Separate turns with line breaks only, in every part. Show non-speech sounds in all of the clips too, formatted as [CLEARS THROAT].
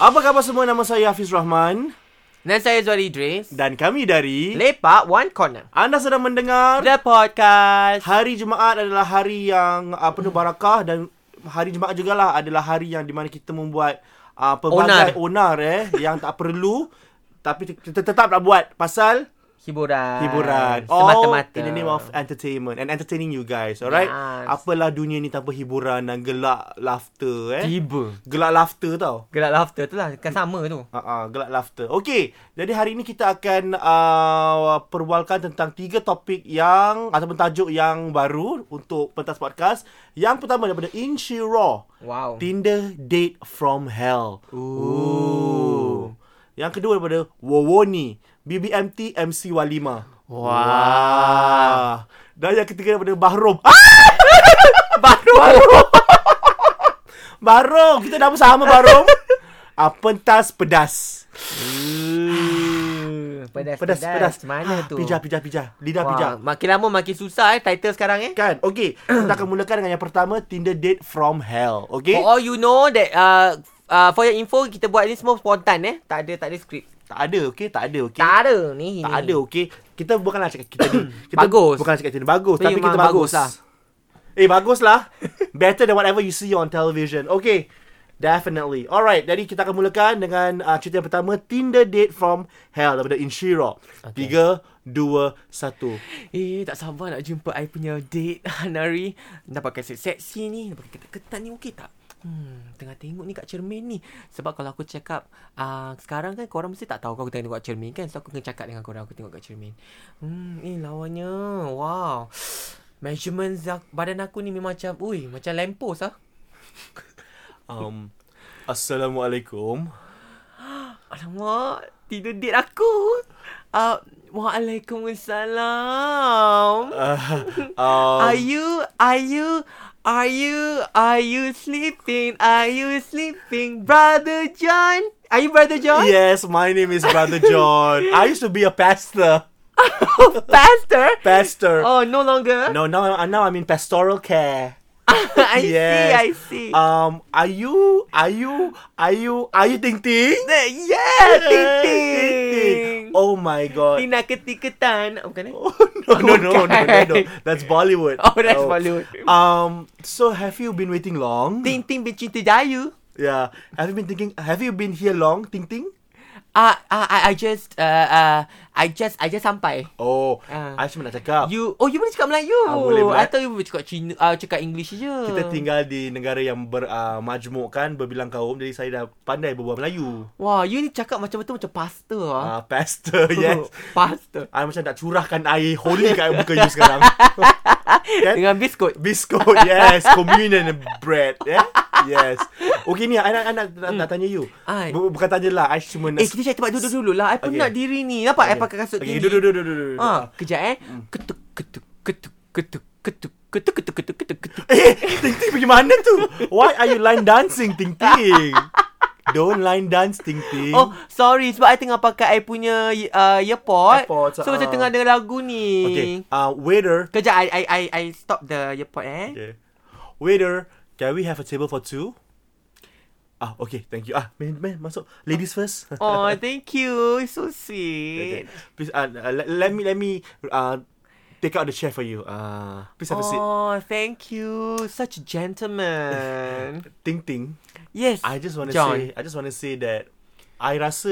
Apa khabar semua? Nama saya Hafiz Rahman
Dan saya Zuari Idris.
dan kami dari
Lepak One Corner.
anda sedang mendengar
The Podcast.
hari Jumaat adalah hari yang uh, penuh barakah dan hari Jumaat jugalah adalah hari yang di mana kita membuat uh, pelbagai onar. eh yang tak perlu tapi te- te- tetap nak buat pasal
Hiburan.
hiburan. Oh, All
Ah, Semata-mata.
in the name of entertainment and entertaining you guys, alright?
Yes.
Apalah dunia ni tanpa hiburan dan gelak laughter eh.
Tiba.
Gelak laughter tau.
Gelak laughter tu lah. Kan sama tu.
Ha uh-uh, gelak laughter. Okey, jadi hari ini kita akan uh, perbualkan tentang tiga topik yang ataupun tajuk yang baru untuk pentas podcast. Yang pertama daripada Inshiro,
Wow.
Tinder date from hell. Ooh. Yang kedua daripada Wowoni, BBMT MC Walima. Wah. Dan yang ketiga daripada Bahrom. Ah! [LAUGHS]
Baru.
Barong Kita nama sama Barong ah, Pentas pedas
pedas,
Pedas pedas
Mana
Ah,
tu?
Pijah pijah pijah Lidah
Wah,
pijah
Makin lama makin susah eh title sekarang eh.
Kan
[CLEARS THROAT]
Okay Kita akan mulakan dengan yang pertama Tinder date from hell Okay
For all you know that uh, uh, for your info kita buat ni semua spontan eh. Tak ada tak ada skrip.
Tak ada okay Tak ada okay
Tak ada ni.
Tak
ni.
ada okay Kita bukanlah cakap kita
[CLEARS THROAT]
ni kita
Bagus.
Bukanlah cakap kita ni Bagus Tapi
Memang
kita bagus
bagus lah.
Eh bagus
[LAUGHS]
lah Better than whatever you see on television Okay Definitely Alright Jadi kita akan mulakan dengan uh, Cerita yang pertama Tinder date from hell Daripada Inshiro Tiga Dua Satu
Eh, tak sabar nak jumpa I punya date [LAUGHS] Hanari. Dah pakai set seksi ni, dah pakai ketat-ketat ni okey tak? Hmm, tengah tengok ni kat cermin ni. Sebab kalau aku cakap uh, sekarang kan korang mesti tak tahu kalau aku tengah tengok kat cermin kan. So aku kena cakap dengan korang aku tengok kat cermin. Hmm, eh lawannya. Wow. Measurement zak- badan aku ni memang macam, ui, macam lamppost ah.
um, Assalamualaikum [LAUGHS]
Alamak, tidur date aku. Uh, Waalaikumsalam.
uh, um,
Are you, are you, are you, are you sleeping? Are you sleeping, brother John? Are you brother John?
Yes, my name is Brother John. I used to be a pastor.
[LAUGHS] Pastor?
Pastor.
Oh, no longer.
No, now I'm, now I'm in pastoral care.
[LAUGHS] I
Yes.
see, I see.
Um, are you, are you, are you, are you Ting Ting?
The- yeah, ting ting.
Oh my god.
Tina ketiketan. Oh, bukan eh?
[LAUGHS] Oh, no, no, no, no, no, no. That's Bollywood.
Oh, that's Bollywood.
Um, so have you been waiting long?
Ting ting bercinta jayu.
Yeah. Have you been thinking? Have you been here long, Ting Ting?
Ah, ah, I, I just, uh, uh, I just, I just sampai.
Oh,
Ah.
I cuma nak cakap.
You, oh, you boleh cakap Melayu.
Ah, boleh Melayu.
Atau you boleh cakap Cina, uh, cakap English je.
Kita tinggal di negara yang ber, uh, majmuk kan Berbilang kaum Jadi saya dah pandai berbual Melayu
Wah, you ni cakap macam betul macam pastor ah.
uh,
[LAUGHS]
Pastor, yes
Pastor.
I macam nak curahkan air holy kat muka you
[LAUGHS]
sekarang Kan?
Dengan biskut.
Biskut, yes Communion and bread yeah? Yes Okay ni, I nak, I nak, nak, nak tanya you
Hmm. Ai.
Bu- Bukan tanya lah I cuma nak
Eh, kita cari tempat duduk dulu lah. I
Okay.
penat diri ni. Nampak I
Okay.
pakai kasut
okay,
tinggi.
Duduk, duduk, duduk, Hmm. duduk.
Ha, kejap eh. Ketuk, ketuk, ketuk, ketuk, ketuk, ketuk, ketuk, ketuk, ketuk, ketuk.
[LAUGHS] Eh, Ting Ting pergi mana tu? Why are you line dancing, Ting
[LAUGHS]
Ting? Don't line dance, Ting Ting
Oh, sorry. Sebab I tengah pakai I punya uh, earpod.
Earpods,
So, macam
ah.
tengah dengar lagu ni.
Okay, uh, waiter
Kejap, I, I, I, I stop the earpod eh.
Okay. Waiter, can we have a table for two? Ah, okay, thank you. Ah, man, man, masuk. Ladies
[LAUGHS]
first.
Oh, thank you. It's so sweet.
[LAUGHS] Okay. Please, uh, uh, let, let me, let me, uh, take out the chair for you. Uh, please have a seat.
Oh, thank you. Such a gentleman.
[LAUGHS] Ting ting.
yes.
I just want to
John.
say, I just want to say that I rasa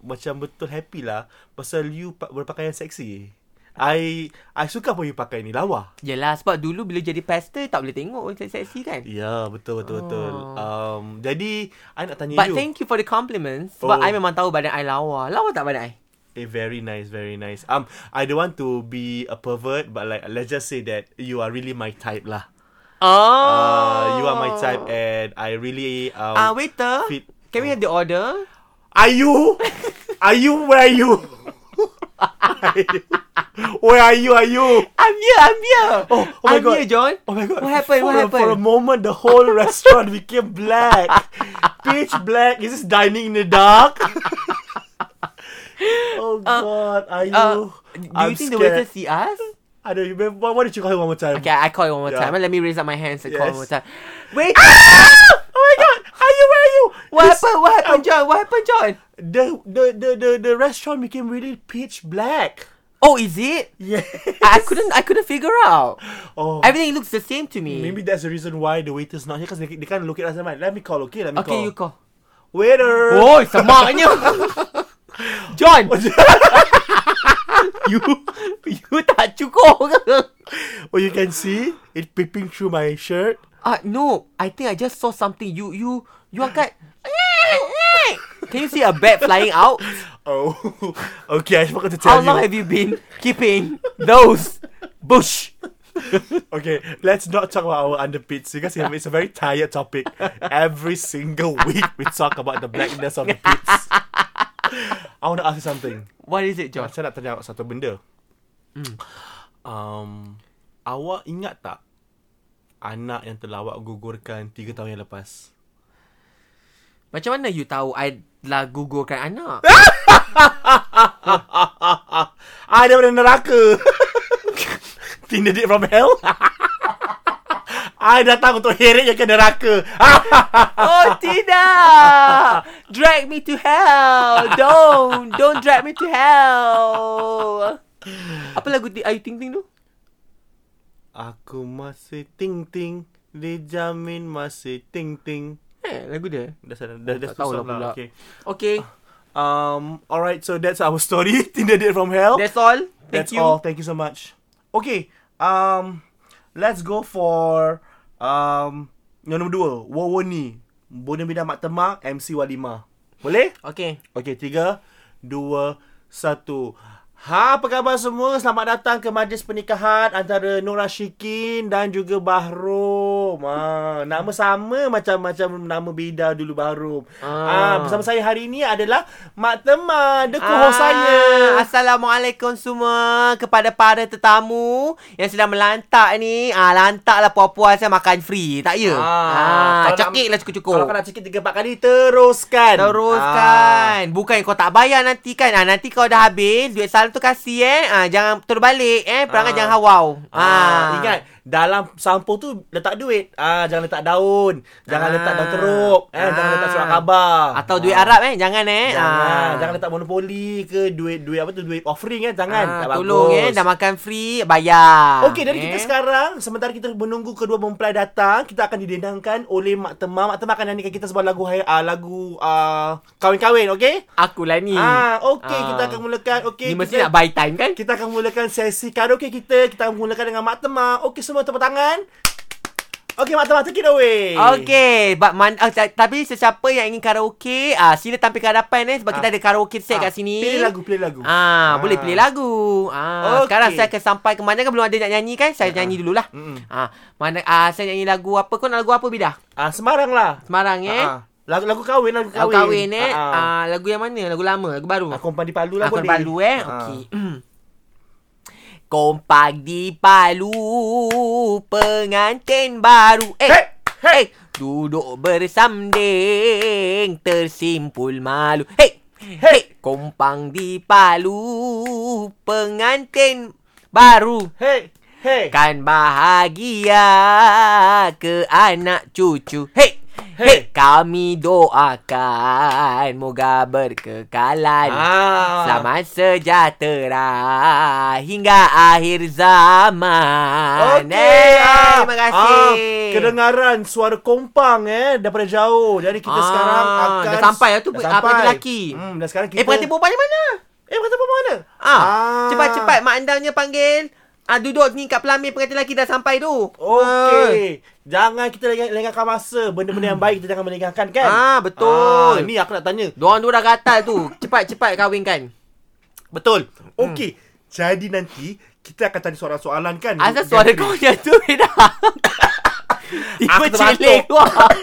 macam betul happy lah pasal you pa- berpakaian seksi. I I suka pun you pakai ni
Oh.
lawa.
Yelah sebab dulu bila jadi pastor tak boleh tengok orang seksi kan.
Ya, yeah, betul betul oh. betul. Um, jadi I nak tanya
But
you.
thank you for the compliments sebab
Oh.
I memang tahu badan I lawa. Lawa tak badan I?
Eh, very nice, very nice. Um, I don't want to be a pervert, but like, let's just say that you are really my type lah.
Oh.
Uh, you are my type, and I really um.
Ah uh, waiter.
Fit.
Can we have the order?
are
[LAUGHS]
you? Are you? Where are you? [LAUGHS] Are you- where are you? Are you?
I'm here, I'm here.
Oh, oh my
I'm
God.
here, John.
Oh my god!
What happened?
For
What
a,
happened?
For a moment, the whole
[LAUGHS]
restaurant became black, pitch black. Is this dining in the dark? [LAUGHS] oh God! Are you?
Uh, do
I'm
you think the
scared.
waiter see us?
I don't remember. What, what did you call him one more time?
Okay, I call you one more
Yeah.
time. Let me raise up my hands and call
Yes.
one more time. Wait. oh my god.
Are you? Where are you?
What
This-
happened? What happened, John? What happened, John?
The the the the, the restaurant became really pitch black.
Oh, is it?
Yeah.
I, I couldn't. I couldn't figure out.
[LAUGHS] Oh.
Everything looks the same to me.
Maybe that's the reason why the waiter's not here because they, they can't look at us. and like, let me call, okay? Let me
Okay,
call.
you call.
Waiter!
Oh, semaknya. John,
[LAUGHS]
you you tak cukup ke?
Oh, you can see it peeping through my shirt.
Ah, uh, no. I think I just saw something. You you you angkat. Can you see a bat flying out?
Oh, [LAUGHS] okay. I forgot to
How
tell
long
you.
have you been keeping those bush?
Okay, let's not talk about our underpits because it's a very tired topic. Every single week we talk about the blackness of the pits. I want to ask you something.
What is it, John?
Saya nak tanya awak satu benda. Um, awak ingat tak anak yang telah awak gugurkan 3 tahun yang lepas?
Macam mana you tahu I lah gugurkan anak?
Ah, dia daripada neraka. [LAUGHS] Tinder date from hell. [LAUGHS] I datang untuk heret yang ke neraka. Ah,
oh tidak! Drag me to hell! Don't! Don't drag me to hell! Apa lagu di Ayu Ting Ting tu?
Aku masih ting-ting. Dijamin masih ting-ting.
Eh, lagu dia.
Dah sana. Dah, dah
Tak tahu lah
susah
pula.
pula. Okay.
Okay,
Um, alright, so that's our story. [LAUGHS] Tinder date from hell.
that's all. Thank
That's
you.
all. Thank you so much. Okay. Um, let's go for um yang nombor dua. Wawa ni. Bona Bida Mak Tema MC Walima. Boleh?
Okay.
Okey, tiga, dua, satu. Ha, apa khabar semua? Selamat datang ke majlis pernikahan antara Nora Syikin dan juga Bahrum. Ha, nama sama macam-macam nama bida dulu Bahrum.
Ah. Ah.
Ah. Ha, bersama saya hari ini adalah Mak Tema, the co-host saya.
Assalamualaikum semua kepada para tetamu yang sedang melantak ni. Ah lantaklah puas-puas saya makan free. Tak ya? Ah, ah
kalau
cekik
nak-
lah cukup-cukup.
Kalau kau nak cekik tiga empat kali, teruskan.
Teruskan ah. Bukan kau tak bayar nanti kan ah, Nanti kau dah habis Duit salam tu kasih eh ah, Jangan terbalik eh Perangai
Ah.
jangan hawau
Ah. Ingat, dalam sampo tu letak duit. Ah, jangan letak daun. Jangan
Ah.
letak daun teruk. Eh, jangan
Ah.
letak surat khabar.
Atau
Ah.
duit Arab eh Jangan eh
Jangan, jangan letak monopoli ke duit duit apa tu duit offering kan jangan.
Ah,
tak
Tolong
bagus.
eh Dah makan free Bayar
Okey, dari
eh.
kita sekarang sementara kita menunggu kedua mempelai datang, kita akan didendangkan oleh Mak Tema. Mak Tema akan nyanyikan kita sebuah lagu hai- ah, lagu ah, kahwin-kahwin, okey?
Akulah ni
Ah, okey,
Ah.
kita akan mulakan. Okey,
Ni mesti
kita,
nak buy time kan
kita akan mulakan sesi karaoke kita. Kita akan mulakan dengan Mak Tema. Okey, semua tepuk tangan. Okey, Mak Tema, take it away.
Okay, but man, uh, tapi sesiapa yang ingin karaoke, ah uh, sila tampil ke hadapan eh sebab kita
Ah.
ada karaoke set
Ah,
kat sini.
Pilih lagu, pilih lagu.
Ah, boleh pilih lagu. Ah, okay.
Okey.
sekarang saya akan sampai ke mana kan belum ada nak nyanyi kan? Saya nyanyi dululah.
Mm-mm.
Ah, mana ah saya nyanyi lagu apa? Kau nak lagu apa bidah?
Ah, Semarang lah.
Semarang eh.
Ah, ah. Lagu lagu kahwin, lagu kahwin.
Lagu kahwin eh.
Ah, ah.
Ah, lagu yang mana? Lagu lama, lagu baru.
Ah, kompan di Palu lah
Aku
boleh.
Palu eh.
Ah.
Okey. Kompak di Palu Pengantin baru Eh
Hey, hey.
Duduk bersamding Tersimpul malu Hei Hei Kompang di Palu Pengantin baru
Hey, hey.
Kan bahagia ke anak cucu Hei
Hey.
Hei, kami doakan moga berkekalan.
Ah.
Selamat sejahtera hingga akhir zaman.
Okey. ah.
Eh, terima kasih.
kedengaran suara kompang eh daripada jauh. Jadi kita
Ah,
sekarang akan
dah sampai lah tu, apa dia lelaki?
Hmm, dan sekarang kita
Eh, pengantin perempuan ni mana?
Eh, pengantin perempuan mana?
Ah, cepat-cepat mak andangnya panggil. Ah, duduk ni kat pelamin pengantin lelaki dah sampai tu.
Okey. Jangan kita leng- lengahkan masa. Benda-benda yang baik kita jangan melengahkan kan?
Ah, betul.
Ah, ni aku nak tanya.
Diorang tu dah gatal tu. Cepat-cepat kahwinkan.
Betul.
Hmm.
Okey. Jadi nanti kita akan tanya soalan-soalan kan?
Asal suara kau macam tu [COUGHS] Beda Tiba
Aku terbatuk.
celik kau [COUGHS]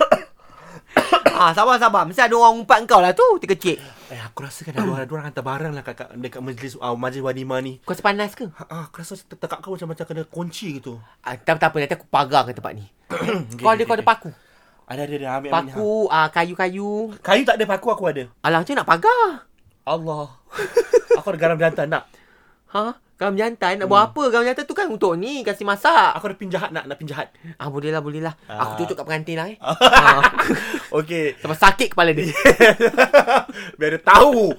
Ah, sabar sabar. Mesti ada orang umpat kau lah tu, terkecil.
Eh, aku rasa kan ada orang, ada orang hantar barang lah kat, kat, dekat majlis, uh, majlis wanima ni.
Kau sepanas ke?
Ha, ah, aku rasa tekak kau macam macam kena kunci gitu. Hmm,
Ah, tak, tak apa, nanti aku pagar ke tempat ni. kau
okay,
ada kau ada
okay.
paku.
Ada ada ada ambil ambil,
Paku, ah, kayu-kayu.
ha. Kayu tak ada paku aku ada. [LAUGHS]
Alah, macam mana nak pagar?
Allah. aku ada garam jantan nak.
Ha? Kau jantan nak
Hmm.
buat apa? Kau jantan tu kan untuk ni kasih masak.
Aku ada pinjahat nak nak
[LAUGHS]
pinjahat.
Ah boleh lah boleh lah.
Ah.
Aku cocok kat pengantin
[LAUGHS]
lah eh. ah.
Okay.
Sampai sakit kepala
[LAUGHS] Eh?
dia.
Biar dia tahu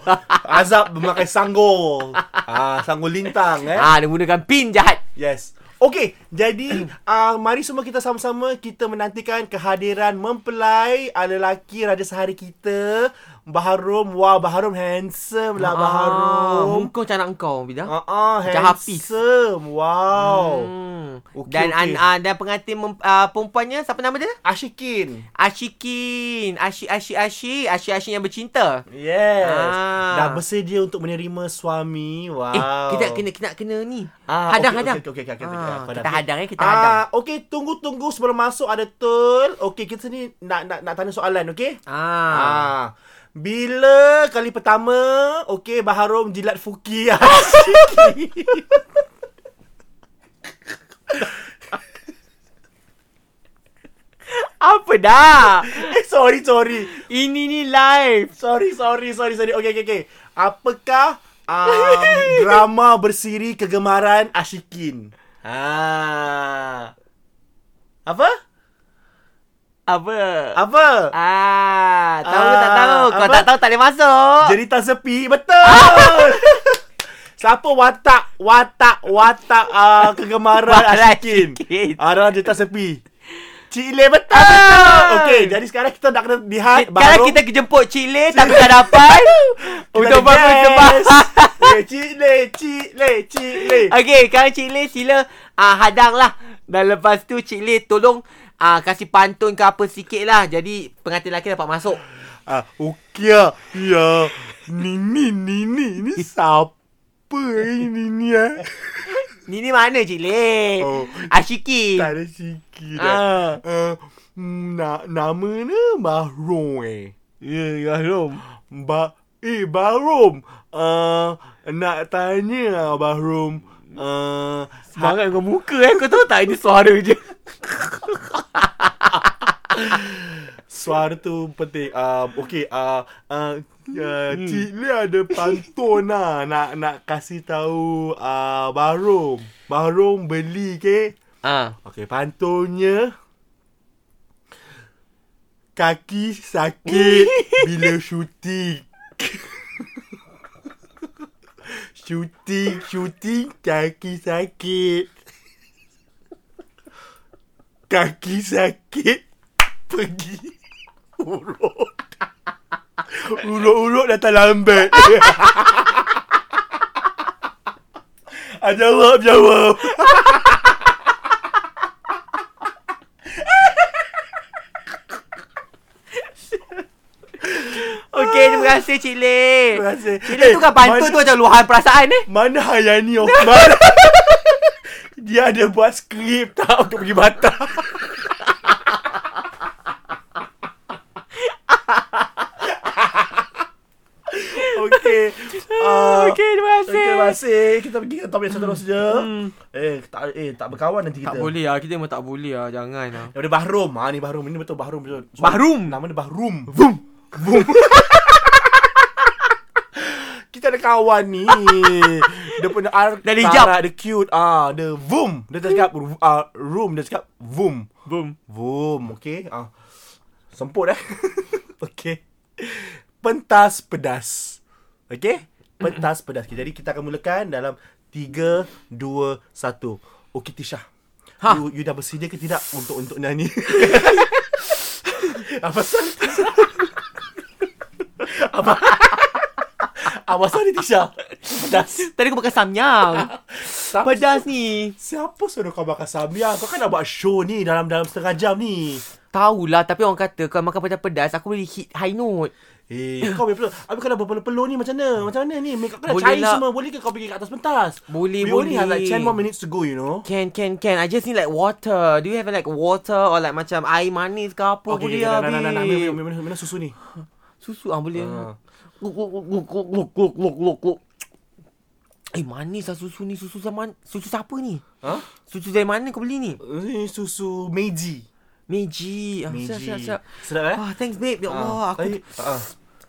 azab memakai sanggul. Ah, sanggul lintang eh.
ah dia gunakan pin jahat.
Yes. Okay, jadi [CLEARS THROAT] uh, mari semua kita sama-sama kita menantikan kehadiran mempelai ah, lelaki raja sehari kita Baharum. Wah, Baharum handsome lah Baharum.
Ah, Muka macam nak kau Bidah.
Ah, uh-uh,
Macam Hafiz.
handsome. Wow.
Hmm.
Okey,
dan an,
okey.
ah, dan pengantin mem, ah, perempuannya siapa nama dia?
Ashikin.
Ashikin. Ashi Ashi Ashi, Ashi Ashi yang bercinta.
Yes.
Ah.
Dah bersedia untuk menerima suami. Wow.
Eh, kita kena kena kena ni.
Ah,
hadang-hadang.
Okey, okey, okey. okey, okey,
Ah,
aku
kita
hadang.
hadang eh, kita
Ah,
hadang.
Okey, tunggu-tunggu sebelum masuk ada tul. Okey, kita ni nak nak nak tanya soalan, okey?
Ah.
Ah. Bila kali pertama, okey Baharum jilat Fuki [LAUGHS] Asyik.
Apa
[LAUGHS]
dah?
Eh, sorry, sorry.
Ini ni live.
Sorry, sorry, sorry, sorry. Okey, okey, okey. Apakah
[LAUGHS]
um, drama bersiri kegemaran Ashikin? Ah. Apa?
Apa?
Apa?
Ah, tahu ke tak
Ah,
tahu? Kau
apa?
tak tahu tak boleh masuk.
Cerita sepi
[LAUGHS]
Betul Siapa watak Watak Watak uh, Kegemaran Ah,
Watak
Asyikin
Asyikin.
Adalah cerita sepi Cik Le betul
betul.
Okay Jadi sekarang kita nak kena lihat
Ah. Sekarang kita jemput Cik Lin tapi tak [LAUGHS] dapat. Untuk
buat
bangun
[LAUGHS]
sebab.
yeah, Eh, Cik Le Cik Le Cik Le
[LAUGHS] Okey, sekarang Cik Lin sila uh, hadang lah. Dan lepas tu Cik Lin tolong uh, kasih pantun ke apa sikit lah. Jadi pengantin lelaki dapat masuk.
ah, Okey ah. Ya Ni ni ni ni Ni siapa ini ni eh
Ni ni mana Cik Ah. Lin?
Oh.
Ashiki.
Tak ada sikit eh.
Ah.
Uh, na, nama ni Bahrom eh. Ya, yeah, Bahrom. Ba eh, Bahrom. Uh, nak tanya ah, Bahrom. Uh, ha-
Semangat kau muka eh. Kau tahu tak ini suara je.
suara tu penting. Uh, okay, uh, uh, uh, Cik Lia ada pantun lah nak, nak kasih tahu uh, Bahrom. Bahrom beli ke?
Ah.
Okey, pantunnya kaki
[LAUGHS]
sakit bila syuting. syuting, syuting kaki sakit. Kaki sakit pergi urut. Urut-urut datang
[LAUGHS]
lambat. ah, jawab, jawab.
Okey, terima kasih Cik Lin.
Terima kasih. Eh,
Cik Lin tu kan Eh, pantun tu macam luahan perasaan eh.
Mana Hayani
[LAUGHS]
Osman? Dia ada buat skrip tak untuk pergi Batam? [LAUGHS] Okey. Uh,
Okey, terima kasih.
Terima kasih. Kita pergi ke topik seterusnya. Eh, tak eh tak berkawan nanti kita.
Hmm. Tak boleh lah. Kita memang tak boleh lah. Jangan lah.
Daripada Bahrum. Ha ni Bahrum. Ini betul Bahrum betul. So,
Bahrum?
Nama dia Bahrum. Boom. Boom. Kita ada kawan
[LAUGHS]
ni. dia punya ar
Dia hijab.
tarak, dia cute. Ah, dia boom. Dia tak cakap uh, room, dia cakap boom.
Boom.
Boom, okey. Ah. Semput eh. [LAUGHS] okey. Pentas pedas. Okey? Pentas pedas. Okay, jadi kita akan mulakan dalam 3 2 1. Okey Tisha.
Ha.
You, you dah bersedia ke tidak untuk untuk nyanyi? Apa pasal? Apa? Apa pasal ni Tisha? Pedas.
Tadi aku pakai [LAUGHS] samyang. Pedas ni.
Siapa suruh kau makan samyang? Kau kan nak buat show ni dalam dalam setengah jam ni.
Tahulah tapi orang kata kalau makan pedas-pedas aku boleh hit high note.
Eh, kau boleh peluk. Habis kau dah berpeluh-peluh ni macam mana? Macam mana ni? Makeup kau dah
Boleh
cair
lah.
semua. Boleh ke kau pergi kat atas pentas?
Boleh,
We only
boleh.
have like 10 more minutes to go, you know.
Can can can. I just need like water. Do you have like water or like macam air manis ke apa okay, boleh lah.
nah, nah, nah, nah,
babe.
Minum, minum, minum, minum susu ni.
Susu ah boleh.
Ha.
Guk guk guk guk guk guk guk guk guk. Eh manis lah susu ni. Susu zaman susu siapa ni?
Ha?
Susu dari mana kau beli ni?
Ini Eh, susu Meiji.
Meiji. Ah, siap,
Meiji.
siap, siap.
Sedap eh?
Ah, thanks babe. Ya Allah, aku
Ah, tapi- ah.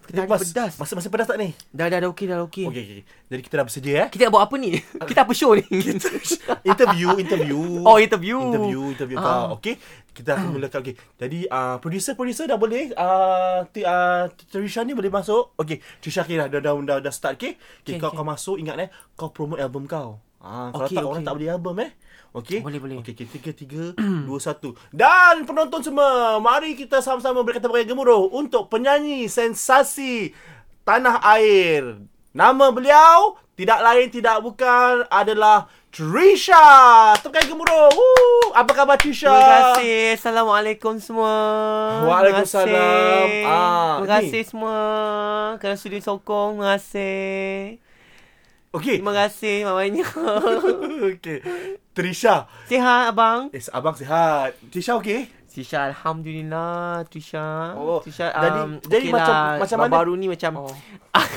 Kita
Mas,
pedas. Eh.
Masa masa pedas tak ni?
Dah dah dah okey dah
Okey,
okey.
okay, okay. Jadi kita dah bersedia eh.
Kita nak buat apa ni? kita apa show ni?
[LAUGHS] Interview, interview.
oh, interview. Ah.
Interview, interview kau. Okey. Kita akan mulakan. Okey. Jadi uh, producer-producer dah boleh uh, t- uh, Trisha ni boleh masuk. Okey. Trisha kira dah dah dah, dah start okey. Okay,
Okay,
kau kau
okay.
masuk ingat eh kau promote album kau. Ah, kalau
Okey,
tak orang
okey.
tak beli album eh. Okey.
Boleh, boleh.
Okey, okay, tiga, tiga, [CLEARS THROAT] dua, satu. Dan penonton semua, mari kita sama-sama berkata pakai gemuruh untuk penyanyi sensasi tanah air. Nama beliau tidak lain tidak bukan adalah Trisha. Tepukan gemuruh. Woo! Apa khabar Trisha?
Terima kasih. Assalamualaikum semua.
Waalaikumsalam.
Terima kasih.
Ah,
Terima
ni.
kasih semua kerana sudi sokong. Terima kasih. [LAUGHS]
Okey. [LAUGHS]
Terima kasih mak banyak. [LAUGHS]
Okey. Trisha.
Sihat abang?
Eh, abang sihat. Trisha okey?
Trisha alhamdulillah Trisha.
Oh,
Trisha
jadi-
um,
jadi
okay
macam-
lah.
macam mana-
baru ni macam
Oh.
[LAUGHS] oh.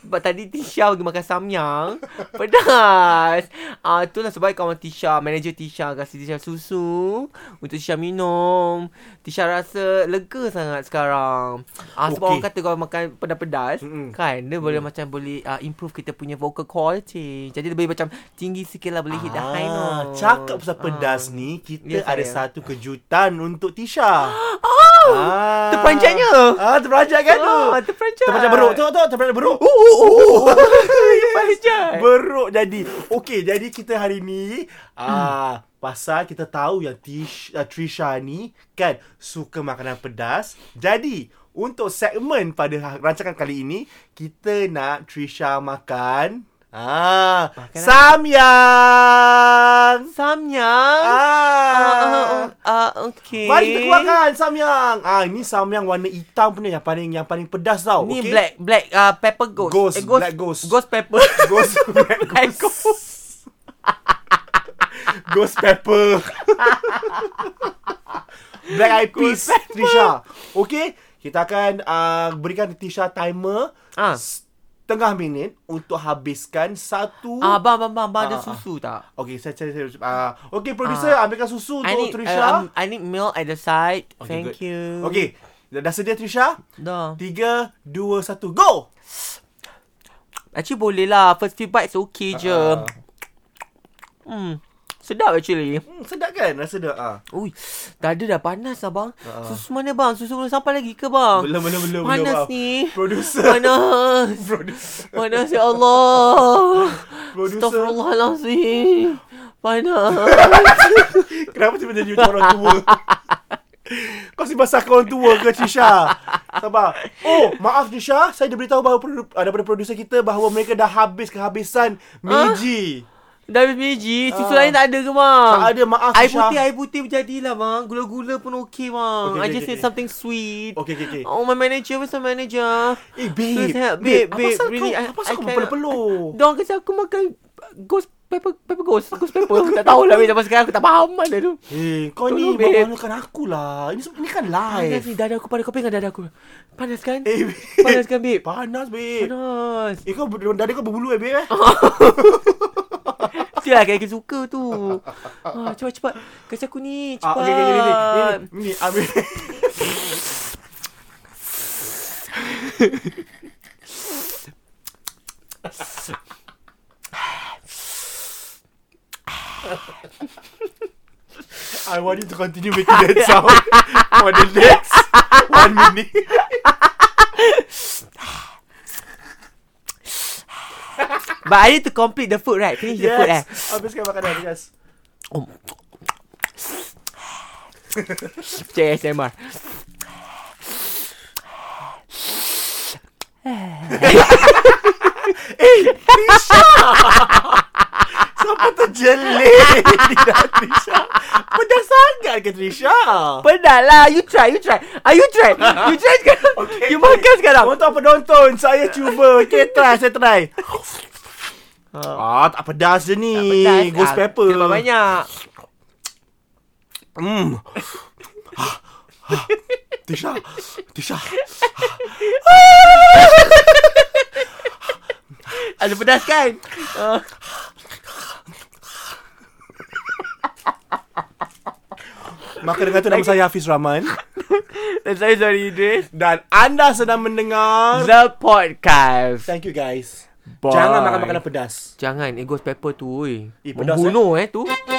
sebab tadi Trisha pergi makan samyang [LAUGHS] pedas. Ah uh, itulah sebab kawan Trisha, manager Trisha kasi Trisha susu untuk Trisha minum. Trisha rasa lega sangat sekarang. Ah uh, sebab
Okey.
orang kata kalau makan pedas-pedas
Mm-mm.
kan dia boleh macam boleh uh, improve kita punya vocal quality. Jadi dia boleh macam tinggi sikit lah boleh hit the high
Ah,
note.
Cakap pasal
Ah. [LAUGHS]
pedas ni, kita
Ya,
ada
saya.
satu kejutan untuk Tisha. Oh! Ah.
terperanjatnya.
Ah, terperanjat kan tu?
Oh, terperanjat.
Terperanjat beruk. Tengok tengok terperanjat beruk. Oh, [LAUGHS]
Terperanjat.
Beruk jadi. Okey, jadi kita hari ni ah pasal kita tahu yang Tish, uh, Trisha ni kan suka makanan pedas. Jadi untuk segmen pada ha- rancangan kali ini kita nak Trisha makan ah
Makanan-
samyang.
Samyang.
Ah.
Ah, ah, okay.
Mari kita keluarkan samyang. Ah ini samyang warna hitam punya yang paling yang paling pedas tau.
Ni
okey?
black black uh, pepper ghost.
Ghost, black ghost.
[LAUGHS] Ghost
[LAUGHS]
pepper.
Ghost black
Black
ghost. ghost pepper. black eyed peas Tisha. Okay, kita akan uh, berikan Tisha timer
Ah.
setengah minit untuk habiskan satu
Ah, abang abang abang, abang ada
Ah, ah.
susu tak?
Okay, saya cari saya. Uh, okay, producer uh, ambilkan susu
Ah. I
untuk
need
Trisha.
uh, um, I need milk at the side.
Okay,
Okay, Thank
good.
you.
Okay, dah, dah sedia Trisha?
Dah.
Tiga, dua, satu, go!
Actually boleh lah. First few bites okay je.
Ah.
Hmm. Sedap actually.
Hmm, sedap kan rasa dia? Ah.
Ui, dah ada dah panas abang.
Ah, ah.
Susu mana bang? Susu belum sampai lagi ke bang?
Belum, belum, belum. belum,
Panas
ah.
ni.
Producer. [LAUGHS]
Panas.
Producer.
Panas ya Allah.
Producer.
Astaghfirullahalazim. Panas.
Kenapa tiba jadi macam orang
[LAUGHS]
tua? Kau si basah kau orang tua ke Trisha? Sabar. Oh, maaf Trisha, saya diberitahu bahawa produ- ah, daripada producer kita bahawa mereka dah habis kehabisan Meiji.
Dah habis meji. Susu
Ah.
lain tak ada ke, bang?
Tak ada, maaf,
Ah. Air
Syah.
putih, air putih jadilah, bang. Gula-gula pun okey, bang.
Okey,
Okay, I
okey,
just
okey,
need something sweet.
Okay, okay, okay.
Oh, my manager. Where's my manager?
Eh, babe.
Please help. Babe,
apa
babe,
pasal
really,
kau,
I-
apa pasal
I
kau
cannot-
berpeluh-peluh?
Diorang kasi aku makan ghost pepper, pepper ghost. Ghost pepper. tak tahu lah, babe. Sampai sekarang aku tak faham mana tu.
Eh, kau ni
Tolong, babe.
memalukan akulah. Ini, ini kan
Panas
live.
ni dada aku, panas. Kau pegang dada aku. Panas kan?
Eh, babe.
Panas kan, babe?
Panas, babe.
Panas.
Eh, kau ber- dada kau berbulu eh,
[LAUGHS]
babe eh?
Sial lah kakak suka
[LAUGHS]
tu. Ah, cepat cepat. Kasi aku ni
Ah,
cepat.
okay, okay, okay, ni, ni, ni, ni, ambil. I want you to continue making that sound for the next one minute.
But I need to complete the food right. Finish the food eh.
Yes. Habiskan makanan, yes.
Oh. Macam
[LAUGHS]
ASMR.
Siapa terjelit Tidak Trisha Pedas sangat ke Trisha
Pedas lah. You try, you try. Ah, you try. You
[LAUGHS]
try sekarang.
Okay,
Okay, you makan sekarang.
Untuk penonton Saya cuba Okay try Saya try Ah tak pedas Ah, je ni Ghost pepper
Terima Ah, banyak.
Hmm Ah, Tisha Tisha
Ada pedas kan? Ah.
Maka dengan tu nama saya Hafiz Rahman
Saya Eh, sorry Idris.
Dan anda sedang mendengar
The podcast.
Thank you guys
Bye.
Jangan makan makanan pedas
Jangan eh ghost pepper tu oi.
Eh, pedas,
Membunuh eh tu.